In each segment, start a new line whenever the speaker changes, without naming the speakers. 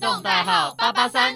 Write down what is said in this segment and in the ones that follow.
动代号八八三。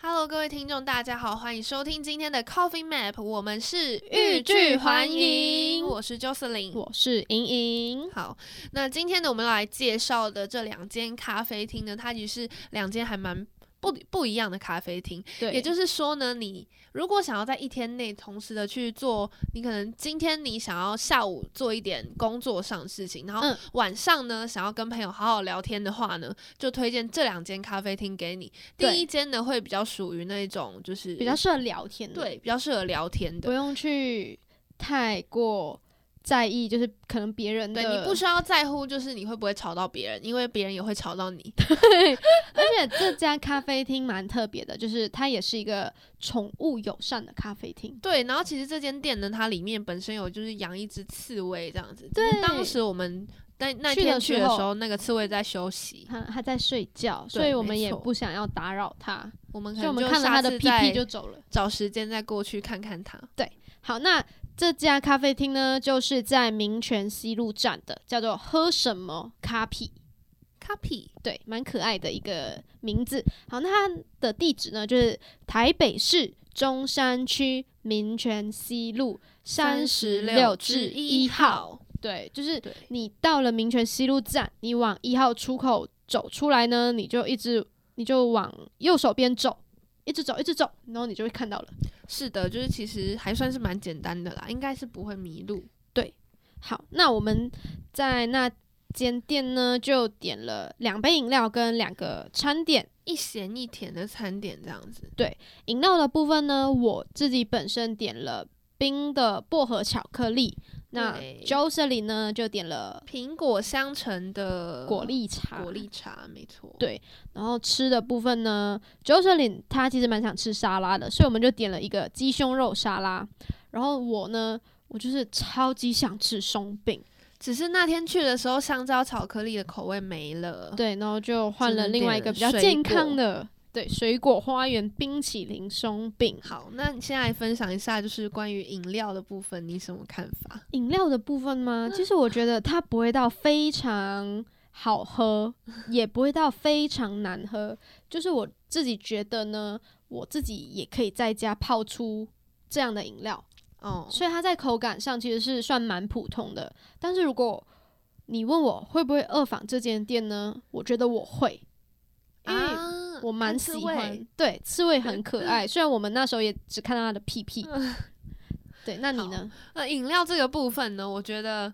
Hello，各位听众，大家好，欢迎收听今天的 Coffee Map，我们是
欲拒还迎
我是 Jocelyn。
我是莹莹，
好，那今天呢，我们要来介绍的这两间咖啡厅呢，它其实是两间还蛮不不一样的咖啡厅。
对
也就是说呢，你如果想要在一天内同时的去做，你可能今天你想要下午做一点工作上的事情，然后
嗯
晚上呢想要跟朋友好好聊天的话呢，就推荐这两间咖啡厅给你。第
对
一间呢会比较属于那种就是
比较适合聊天的，，
对比较适合聊天
不
的，
用去太过在意，就是可能别人的，
对你不需要在乎就是你会不会吵到别人，因为别人也会吵到你。
而且这家咖啡厅蛮特别的，就是它也是一个宠物友善的咖啡厅。
对，然后其实这间店呢，它里面本身有就是养一只刺猬这样子。只
对
是当时我们那那
去的
天去的
时
时
候
候，那个刺猬在休息，
它它在睡觉，
对
所以我们
没
也
错
不想要打扰它，
我们可
所以我
能
们
就
看了
下
它的
次
屁
再
屁就走了。
找时间再过去看看它。
好，那这家咖啡厅呢，就是在民权西路站的，叫做喝什么咖啡。
Copy，
对，蛮可爱的一个名字。好，那它的地址呢，就是台北市中山区民权西路三十六至一号。，对，就是
对
你到了民权西路站，你往一号出口走出来呢，你就一直你就往右手边走，一直走，一直走，然后你就会看到了。
是的，就是其实还算是蛮简单的啦，应该是不会迷路。
好，那我们在那间店呢，就点了两杯饮料跟两个餐点。
一咸一甜的餐点这样子，
饮料的部分呢，我自己本身点了冰的薄荷巧克力，那
对
Jocelyn 呢就点了
苹果香橙的
果粒茶。
呃果粒茶，没错。
对然后吃的部分呢，Jocelyn 她其实蛮想吃沙拉的，所以我们就点了一个鸡胸肉沙拉。然后我呢，我就是超级想吃松饼，
只是那天去的时候，香蕉巧克力的口味没了。
对，然后就换了
只能
另外一
哦点
个比较
水
健
果
康的，对，水果花园冰淇淋松饼。
好，那你现在来分享一下，就是关于饮料的部分，你什么看法？
饮料的部分吗？其 实我觉得它不会到非常好喝，也不会到非常难喝。就是我自己觉得呢，我自己也可以在家泡出这样的饮料，
哦，
所以它在口感上其实是算蛮普通的。但是如果你问我会不会二访这间店呢？我觉得我会，因为
啊
我蛮
看刺
喜
猬
欢。对，刺猬很 可爱，虽然我们那时候也只看到它的屁屁。对，那你呢？
那呃饮料这个部分呢，我觉得，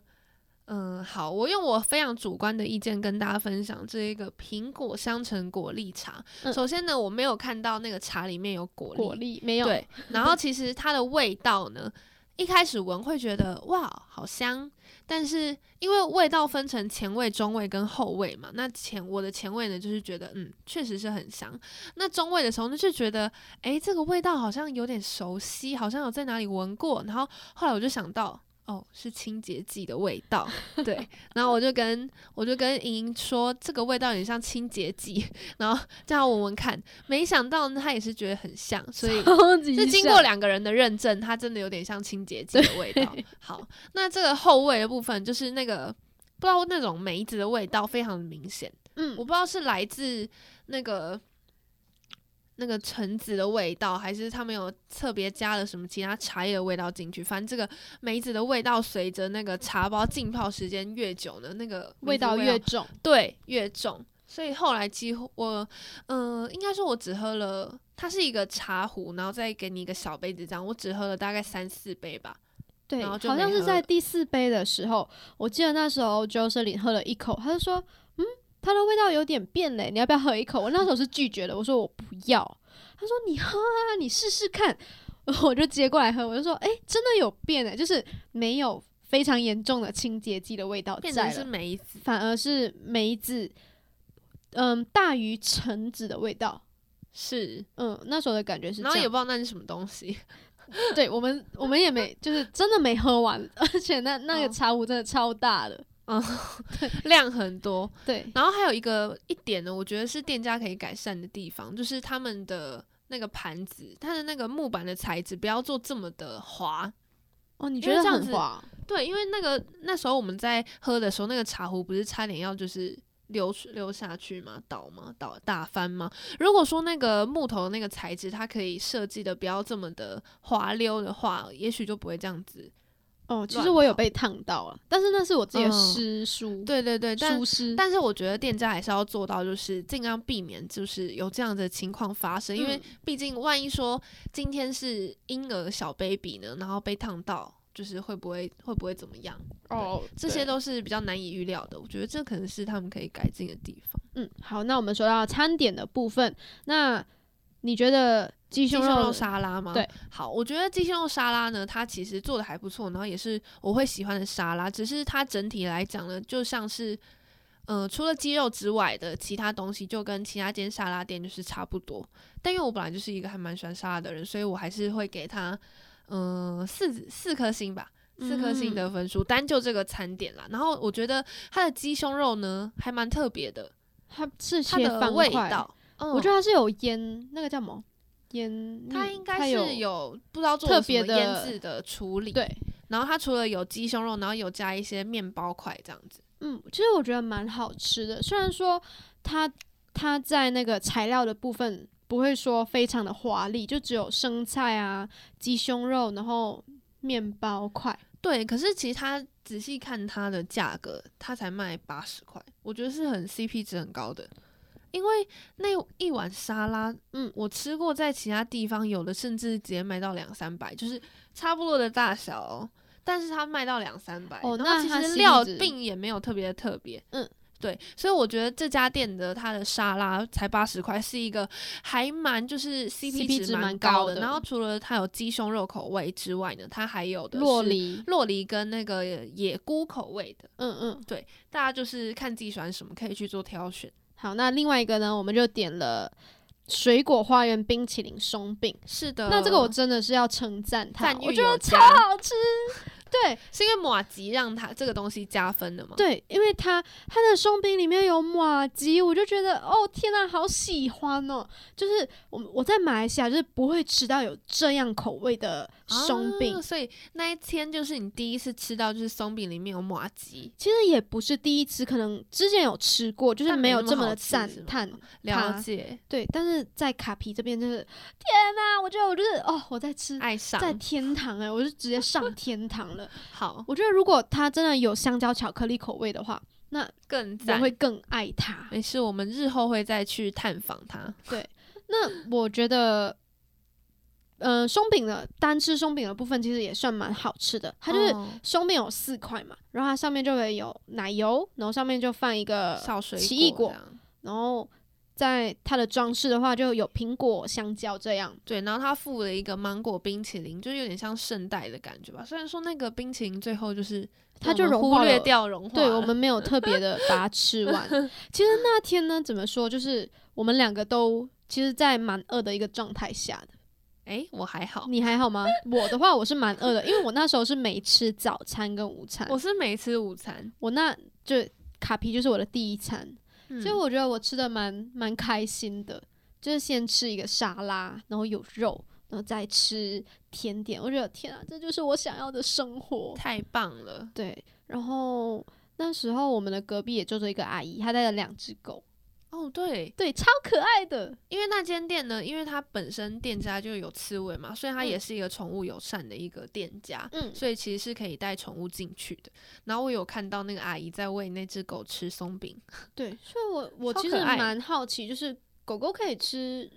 嗯，好，我用我非常主观的意见跟大家分享这一个苹果香橙果粒茶。
嗯
首先呢，我没有看到那个茶里面有果粒，
果粒没有？
对， 然后其实它的味道呢，一开始闻会觉得哇好香，但是因为味道分成前味、中味跟后味嘛，那前我的前味呢就是觉得嗯确实是很香，那中味的时候呢就觉得诶，这个味道好像有点熟悉，好像有在哪里闻过，然后后来我就想到。哦，是清洁剂的味道，对。然后我就跟我就跟莹莹说，这个味道有点像清洁剂，然后叫她闻闻看。没想到呢她也是觉得很像，所以
超级
是经过
像
两个人的认证，它真的有点像清洁剂的味 道。好，那这个后味的部分就是那个不知道那种梅子的味道非常明显，
嗯
我不知道是来自那个那个橙子的味道，还是他们有特别加了什么其他茶叶的味道进去。反正这个梅子的味道随着那个茶包浸泡时间越久呢，那个梅
味
子的
道
味
越重，
对，越重。所以后来几乎我，嗯、应该说我只喝了，它是一个茶壶，然后再给你一个小杯子这样，我只喝了大概三四杯吧。
对，
然后就
好像
没
是
喝
在
了
第四杯的时候，我记得那时候 Jocelyn 喝了一口，他就说，嗯，它的味道有点变嘞，你要不要喝一口？我那时候是拒绝的，我说我不要。他说你喝啊，你试试看。我就接过来喝，我就说，哎、真的有变诶，就是没有非常严重的清洁剂的味道
变
在
成
了，
是梅子，
反而是梅子，嗯，大于橙子的味道。
是，
嗯，那时候的感觉是这
然后
样
也。不知道那是什么东西。
对我们，我们也没，就是真的没喝完，而且那那个
哦
茶壶真的超大的，
嗯，量很多。
对，
然后还有一个一点呢，我觉得是店家可以改善的地方，就是他们的那个盘子，它的那个木板的材质不要做这么的滑，
哦，你
因
觉
为
得
这样
很
子
滑，
对，因为那个那时候我们在喝的时候，那个茶壶不是差点要就是流出流下去吗？倒吗？倒打翻吗？如果说那个木头的那个材质，它可以设计的不要这么的滑溜的话，也许就不会这样子。
哦，其
乱
实我有
跑
被烫到啊，但是那是我自己的
嗯
湿疏，
对对对，但
疏湿，
但是我觉得店家还是要做到，就是尽量避免就是有这样的情况发生，因为
嗯
毕竟万一说今天是婴儿小 baby 呢，然后被烫到，就是会不会会不会怎么样？
哦，
这些
对
都是比较难以预料的。我觉得这可能是他们可以改进的地方。
嗯，好，那我们说到餐点的部分，那你觉得鸡
鸡
胸
胸
肉
肉沙拉吗？
对，
好，我觉得鸡胸肉沙拉呢，它其实做的还不错，然后也是我会喜欢的沙拉，只是它整体来讲呢，就像是。呃，除了鸡肉之外的其他东西，就跟其他间沙拉店就是差不多。但因为我本来就是一个还蛮喜欢沙拉的人，所以我还是会给它，嗯、四四颗星吧，四颗星
嗯
的分数。单就这个餐点啦，然后我觉得它的鸡胸肉呢，还蛮特别的，
它是
它
切
的
方
味
块，
道，嗯、
我觉得它是有腌，那个叫什么腌腻？
它应该
有
是有不知道做
特
了什
别
么
的
腌制的处理，
对，
然后它除了有鸡胸肉，然后有加一些面包块这样子。
嗯，其实我觉得蛮好吃的，虽然说它它在那个材料的部分不会说非常的华丽，就只有生菜啊、鸡胸肉，然后面包块，
对，可是其实它仔细看它的价格，它才卖八十块，我觉得是很 CP 值很高的。因为那一碗沙拉，
嗯
嗯，我吃过，在其他地方有的甚至直接卖到两三百，就是差不多的大小哦。但是它卖到两三百，
哦
然
那
后其
它
实
CP
料
值
并也没有特别的特别，
嗯
嗯，对，所以我觉得这家店的它的沙拉才八十块，是一个还蛮就是
CP
CP
值
值蛮
蛮
高
高的
然后除了它有鸡胸肉口味之外呢，它还有的是
洛梨，
洛梨跟那个野菇口味的，
嗯嗯。
大家就是看自己喜欢什么，可以去做挑选。
好，那另外一个呢，我们就点了水果花园冰淇淋松饼。
是的，
那这个我真的是要称赞它，
嗯赞誉
我觉得
有
超
加
好吃。对
是因为马吉让它这个东西加分的嘛？
对，因为它它的松饼里面有马吉，我就觉得哦天呐，好喜欢哦！就是我我在马来西亚就是不会吃到有这样口味的
啊
松饼，
所以那一天就是你第一次吃到，就是松饼里面有马吉，
其实也不是第一次，可能之前有吃过，就是
但
没
没
有
那么
这么
好
的
吃
赞
是吗
叹。它
了解，
对，但是在卡皮这边就是天呐，我觉得我就是哦我在吃。
爱上
在天堂哎、我就直接上天堂了。
好
我觉得如果它真的有香蕉巧克力口味的话，
更
我
赞
会。更爱它。
没事，我们日后会再去探访它。
那我觉得，呃，松饼的单吃松饼的部分其实也算蛮好吃的，它就是。
哦
松饼有四块嘛，然后它上面就会有奶油，然后上面就放一个，
小水
呃奇异果
果这样
然后在它的装饰的话就有苹果、香蕉这样。
对，然后它附了一个芒果冰淇淋，就有点像圣代的感觉吧。虽然说那个冰淇淋最后就是
它就
被我们
融化
忽略
了
掉融化了，
对我们没有特别 的把它吃完。其实那天呢，怎么说，就是我们两个都其实，在蛮饿的一个状态下的。
诶，哎我还好，
你还好吗？我的话，我是蛮饿的，因为我那时候是没吃早餐跟午餐，
我
我
是没吃午餐，
那就卡皮就是我的第一餐，
嗯
所以我觉得我吃的蛮蛮开心的，就是先吃一个沙拉，然后有肉。然后再吃甜点，我觉得天啊，这就是我想要的生活。
太棒了。
对，然后那时候我们的隔壁也住着一个阿姨，她带了两只狗，
哦，对，
对，超可爱的。
因为那间店呢，因为它本身店家就有刺猬嘛，所以它也是一个宠物友善的一个店家，
嗯，
所以其实是可以带宠物进去的。然后我有看到那个阿姨在喂那只狗吃松饼，
对，所以我我
超
其
可
实
爱
蛮好奇，就是狗狗可以吃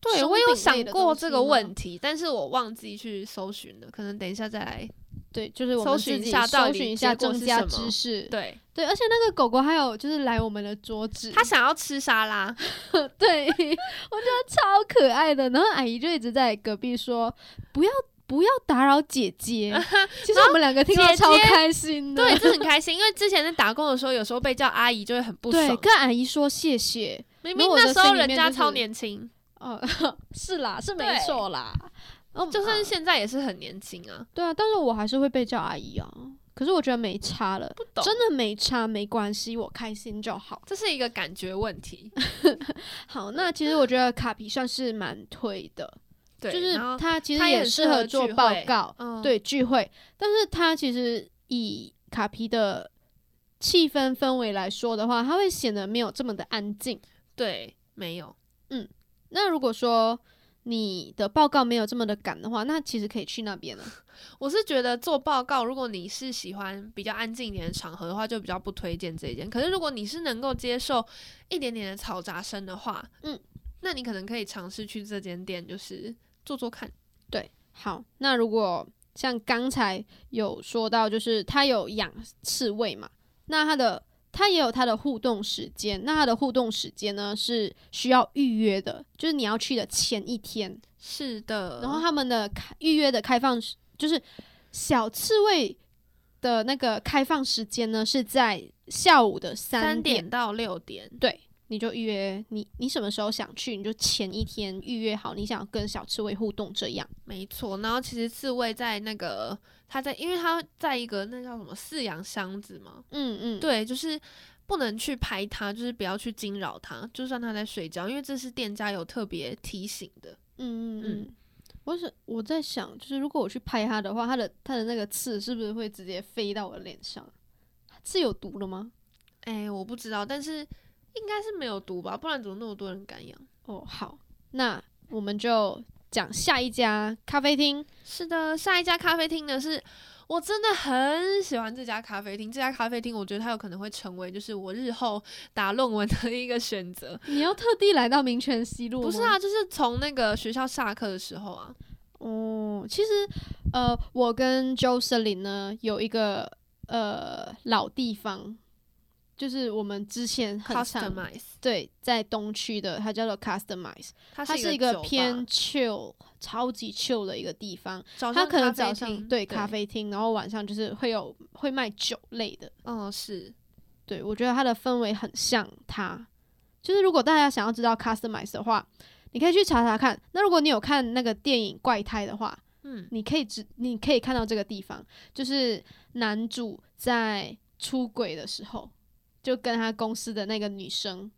对
松
我有
饼类
想
的
过
东
这
西
个
吗
问题，但是我忘记去搜寻了，可能等一下再来。
对，就是我
搜
们自
寻一
己
下到
搜
底
寻一
结
下，
果
增
是
加
什么
知识。
对
对，而且那个狗狗还有就是来我们的桌子，
他想要吃沙 拉，
对我觉得超可爱的。然后阿姨就一直在隔壁说：“不要不要打扰姐 姐。”其实我们两个听到
姐
超
姐
开心的，
对，这很开心，因为之前在打工的时候，有时候被叫阿姨就会很不
对，
爽。
跟阿姨说谢谢。
明
没
明
有我
那
的
时候
心里
人
面
家
就是
超年轻，
哦， 是啦，是没
对
错啦。哦，
就
啊
算是现在也是很年轻啊，
对啊，但是我还是会被叫阿姨啊。可是我觉得没差了，
不懂，
真的没差，没关系，我开心就好。
这是一个感觉问题。
好，那其实我觉得卡皮算是蛮推的，
对，
就是
然后
他其实
它也
也
很
适
适合
合做
聚
报
会
告，
嗯，
对聚会，但是他其实以卡皮的气氛氛围来说的话，它会显得没有这么的安静。
对，没有，
那如果说你的报告没有这么的赶的话，那其实可以去那边了。
我是觉得做报告，如果你是喜欢比较安静一点的场合的话，就比较不推荐这一间。可是如果你是能够接受一点点的嘈杂声的话，
嗯，
那你可能可以尝试去这间店，就是做做看。
对，好，那如果像刚才有说到，就是它有养刺猬嘛，那它的它也有它的互动时间，那它的互动时间呢是需要预约的，就是你要去的前一天，
是的，
然后他们的开预约的开放时就是小刺猬的那个开放时间呢是在下午的
三
三点
点到六点，
对，你就预约你你什么时候想去，你就前一天预约好你想跟小刺猬互动这样。
没错。然后其实刺猬在那个，它在，因为它在一个那叫什么饲养箱子嘛，
嗯嗯，
对，就是不能去拍它，就是不要去惊扰它，就算它在睡觉，因为这是店家有特别提醒的。
嗯嗯
嗯
嗯。我是我在想，就是如果我去拍它的话，它的它的那个刺是不是会直接飞到我的脸上？刺有毒了吗？
哎、我不知道，但是应该是没有毒吧，不然怎么那么多人敢养？
哦，好，那我们就讲下一家咖啡厅。
是的，下一家咖啡厅呢是。我真的很喜欢这家咖啡厅，这家咖啡厅我觉得它有可能会成为就是我日后打论文的一个选择。
你要特地来到民权西路？
不是啊，，就是从那个学校下课的时候啊，
哦，其实呃，我跟 Jocelyn 呢有一个呃老地方，就是我们之前很常
customize，
对在东区的，它叫做 Customize，
它
它
是
是
一
一
个
个
酒吧
偏 chill、超级 chill 的一个地方。
早
它
上
可能
咖啡
早上
厅
对咖，啡厅，然后晚上就是会有会卖酒类的。
嗯是，
对我觉得它的氛围很像它，就是如果大家想要知道 Customize 的话，你可以去查查看。那如果你有看那个电影《怪胎》的话，
嗯
你可以只你可以看到这个地方，就是男主在出轨的时候，就跟他公司的那个女生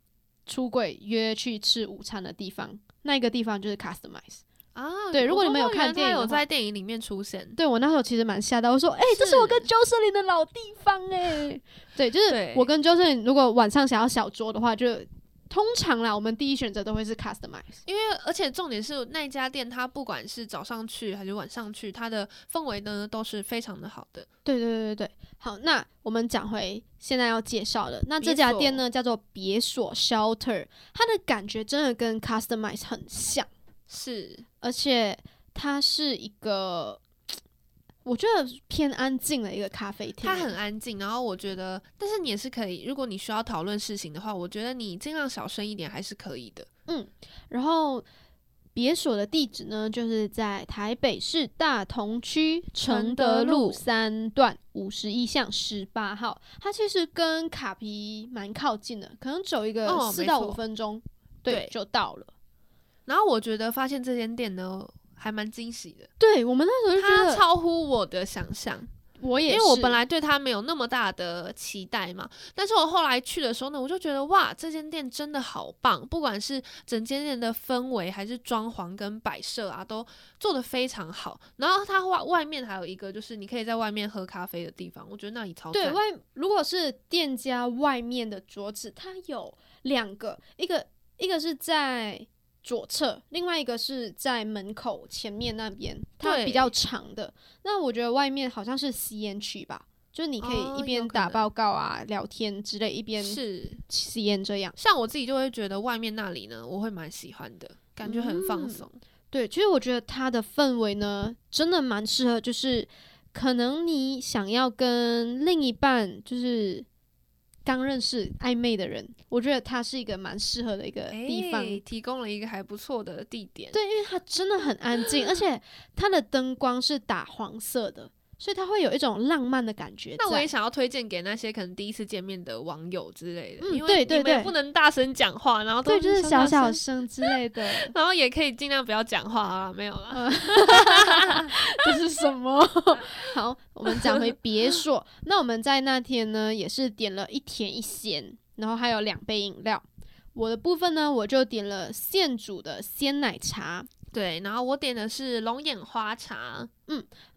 出轨约去吃午餐的地方，那个地方就是 Customize。
啊，
对如
我
果你
都
们有
忘了
看
它
电影
有
的话
在电影里面出现，
对我那时候其实蛮吓到，我说：“哎、这是我
是
跟 Jocelyn 的老地方哎、对，就是
对
我跟 Jocelyn 如果晚上想要小酌的话，就通常啦，我们第一选择都会是 Customize。
因为而且重点是那一家店，它不管是早上去还是晚上去，它的氛围呢都是非常的好的。
对对对对对，好，那我们讲回现在要介绍的，那
别
这家店呢叫做别所 Shelter，它的感觉真的跟 Customize 很像，
是，
而且它是一个我觉得偏安静的一个咖啡厅，
它很安静。然后我觉得，但是你也是可以，如果你需要讨论事情的话，我觉得你尽量小声一点还是可以的。
然后别所的地址呢，就是在台北市大同区承德路三段五十一巷十八号。它其实跟卡皮蛮靠近的，可能走一
哦
个四
没
到
错
五分钟，
对
对，就到了。
然后我觉得发现这间店呢，还蛮惊喜的，
对我们那时候就觉
它
得，
超乎我的想象。
我也
因为我
是
本来对它没有那么大的期待嘛，但是我后来去的时候呢，我就觉得哇，这间店真的好棒，不管是整间店的氛围，还是装潢跟摆设啊，都做得非常好。然后它外外面还有一个就是你可以在外面喝咖啡的地方，我觉得那里超
对
赞
外，如果是店家外面的桌子，它有两个，一个一个是在左侧，另外一个是在门口前面那边，它
对
比较长的。那我觉得外面好像是吸烟区吧，就是你可
哦
以一
有
边
可
打
能
报告啊、聊天之类，一边
是
吸烟这样。
像我自己就会觉得外面那里呢，我会蛮喜欢的。感觉很放
嗯
松，
对，其实我觉得它的氛围呢，真的蛮适合，就是可能你想要跟另一半就是刚认识暧昧的人，我觉得它是一个蛮适合的一个
哎
地方。
提供了一个还不错的地点。
对，因为它真的很安静，而且它的灯光是打黄色的，所以它会有一种浪漫的感觉在。
那我也想要推荐给那些可能第一次见面的网友之类的，
嗯
因为
对
你
对
们也
对
不能大声讲话，然后都
对，就是
小
小小
声
声之类的，
然后也可以尽量不要讲话啊，没有啦。
这是什么？好，我们讲回别墅。那我们在那天呢，也是点了一甜一咸，然后还有两杯饮料。我的部分呢，我就点了现煮的鲜奶茶，
对，然后我点的是龙眼花茶，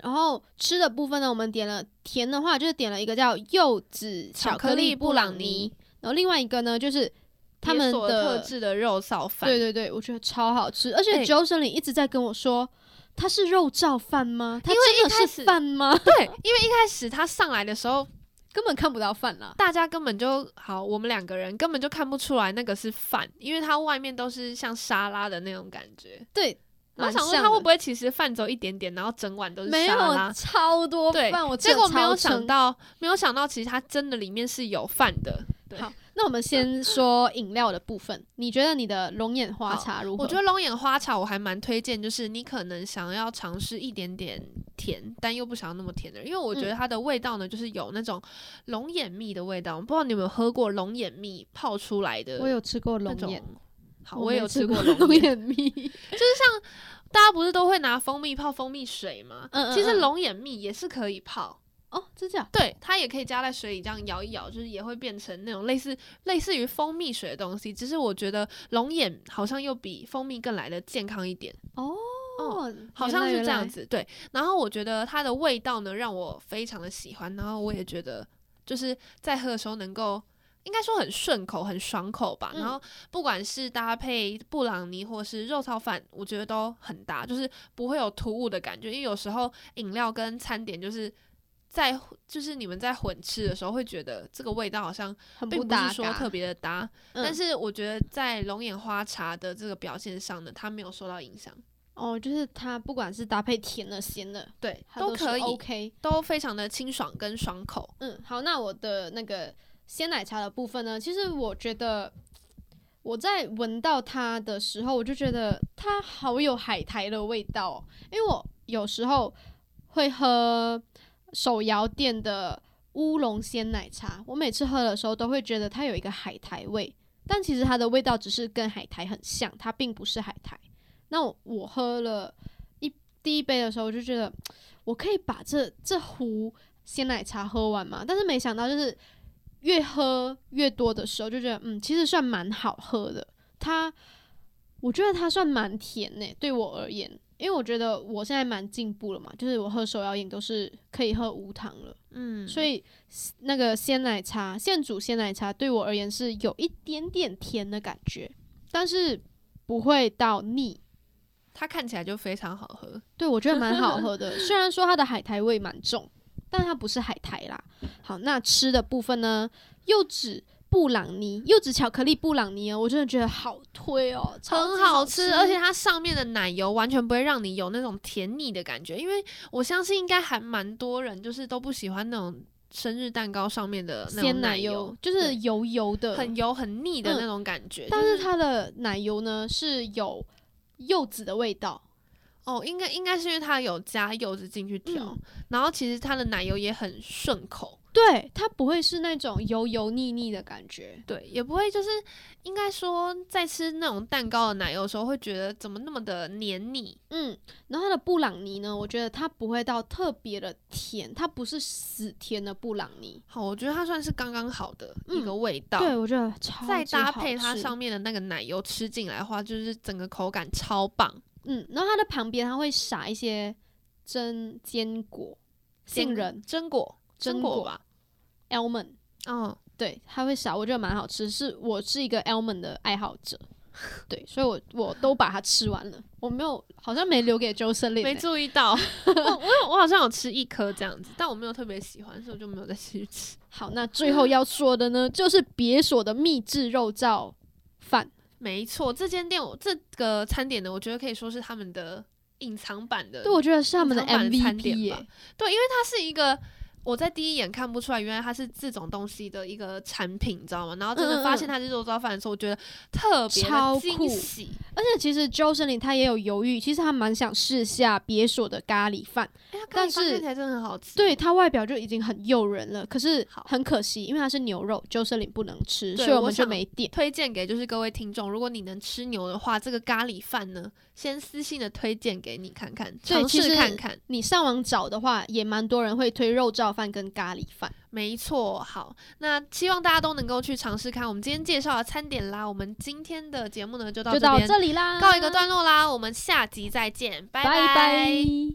然后吃的部分呢，我们点了甜的话，就是点了一个叫柚子巧克力布朗尼，然后另外一个呢就是他们
解锁特
的，
制的肉臊饭，
对对对，我觉得超好吃，而且
哎
j o s e l y 一直在跟我说。它是肉燥饭吗？它
因为
真
一
的
开
是
始
饭吗？
对，因为一开始他上来的时候，
根本看不到饭啦。
大家根本就好，我们两个人根本就看不出来那个是饭，因为它外面都是像沙拉的那种感觉。
对，
然
蛮
后想说
像
他会
的
不会其实饭走一点点，然后整碗都是
没
沙
有
拉？
超多
对
饭，我
结果
真的
没有
哦超撑
想到，没有想到，其实它真的里面是有饭的。对
好，那我们 先说饮料的部分。你觉得你的龙眼花茶如何？
我觉得龙眼花茶我还蛮推荐，就是你可能想要尝试一点点甜，但又不想要那么甜的，因为我觉
嗯
得它的味道呢，就是有那种龙眼蜜的味道。不知道你有没有喝过龙眼蜜泡出来的
我有吃过
那
龙
种？
眼，
好，我也
没
有
吃
吃过
龙
龙 眼。
眼蜜。
大家不是都会拿蜂蜜泡蜂蜜水吗？
嗯嗯
其实
嗯
龙眼蜜也是可以泡，
哦，真假？
对，它也可以加在水里这样摇一摇，就是也会变成那种类似类似于蜂蜜水的东西。只是我觉得龙眼好像又比蜂蜜更来的健康一点，
哦，
嗯好像是
原来
这样。子。对，然后我觉得它的味道呢让我非常的喜欢，然后我也觉得就是在喝的时候能够。应该说很顺口，很爽口吧。
嗯
然后不管是搭配布朗尼或是肉燥饭，我觉得都很搭，就是不会有突兀的感觉。因为有时候饮料跟餐点就是在就是你们在混吃的时候会觉得这个味道好像
原来很
并
不
不
搭
是说
嘎
特别的搭，
嗯
但是我觉得在龙眼花茶的这个表现上呢，它没有受到影响，
哦，就是它不管是搭配甜的、咸的，
对，
它
都
是
可以，
OK。
都非常的清爽跟爽口。
嗯，好，那我的那个鲜奶茶的部分呢，其实我觉得。我在闻到它的时候，我就觉得它好有海苔的味道哦、因为我有时候会喝手摇店的乌龙鲜奶茶，我每次喝的时候都会觉得它有一个海苔味，但其实它的味道只是跟海苔很像，它并不是海苔。那我我喝了一第一杯的时候，我就觉得我可以把这这壶鲜奶茶喝完嘛，但是没想到就是越喝越多的时候，就觉得嗯，其实算蛮好喝的。它，我觉得它算蛮甜呢、对我而言，因为我觉得我现在蛮进步了嘛，就是我喝手摇饮都是可以喝无糖了，
嗯，
所以那个鲜奶茶现煮鲜奶茶对我而言是有一点点甜的感觉，但是不会到腻。
它看起来就非常好喝。
对，我觉得蛮好喝 的。虽然说它的海苔味蛮重，但它不是海苔啦。好，那吃的部分呢，柚子布朗尼、柚子巧克力布朗尼哦，我真的觉得好推哦，超级
很
好
好吃，而且它上面的奶油完全不会让你有那种甜腻的感觉，因为我相信应该还蛮多人就是都不喜欢那种生日蛋糕上面的那
鲜
种奶
奶油就是
对
油油的，
很油很腻的
嗯
那种感觉。
但
就是
它的奶油呢是有柚子的味道。
哦，应该应该是因为它有加柚子进去调，
嗯
然后其实它的奶油也很顺口，
对，它不会是那种油油腻腻的感觉，
对，也不会就是应该说在吃那种蛋糕的奶油的时候会觉得怎么那么的黏腻，
嗯，然后它的布朗尼呢，我觉得它不会到特别的甜，它不是死甜的布朗尼，
好，我觉得它算是刚刚好的一
嗯
个味道。
对，我觉得超
再
级
搭
好
配它
吃
上面的那个奶油吃进来的话，就是整个口感超棒。
嗯，然后它的旁边它会撒一些榛坚果、杏仁、
榛果、
榛
榛
果嗯
果吧，
almond，
嗯，
对，它会撒，我觉得蛮好吃。是我是一个 almond 的爱好 者，对，所以我我都把它吃完了，我没有好像没留给欸周森林、
没注意 到，我我有我好像有吃一颗这样子，但我没有特别喜欢，所以我就没有再继续吃。
好，那最后要说的呢，就是别所的秘制肉燥饭。
没错，这间店我这个餐点呢，我觉得可以说是他们的隐藏版的，
对，我觉得是他们的
隐藏版的餐
MVP
点
耶、
吧对，因为它是一个。我在第一眼看不出来，原来它是这种东西的一个产品，你知道吗？然后真
嗯嗯嗯
的发现它是肉燥饭的时候，我觉得特别
超酷
的惊喜。
而且其实周森林他也有犹豫，其实他蛮想试下别所的咖喱饭。
哎它咖
但
喱饭
是
看起来真的很好吃。
对，它外表就已经很诱人了，可是
好
很可惜，因为它是牛肉，鸠森林不能吃，
对
所以我
我
们就
想
没点。
推荐给就是各位听众，如果你能吃牛的话，这个咖喱饭呢，先私信的推荐给你看看，尝
其实
试看看。
你上网找的话，也蛮多人会推肉燥饭跟咖喱饭。
没错，好，那希望大家都能够去尝试看我们今天介绍的餐点啦。我们今天的节目呢就到
就
这
到
边
这里啦，
告一个段落啦，我们下集再见，拜
拜拜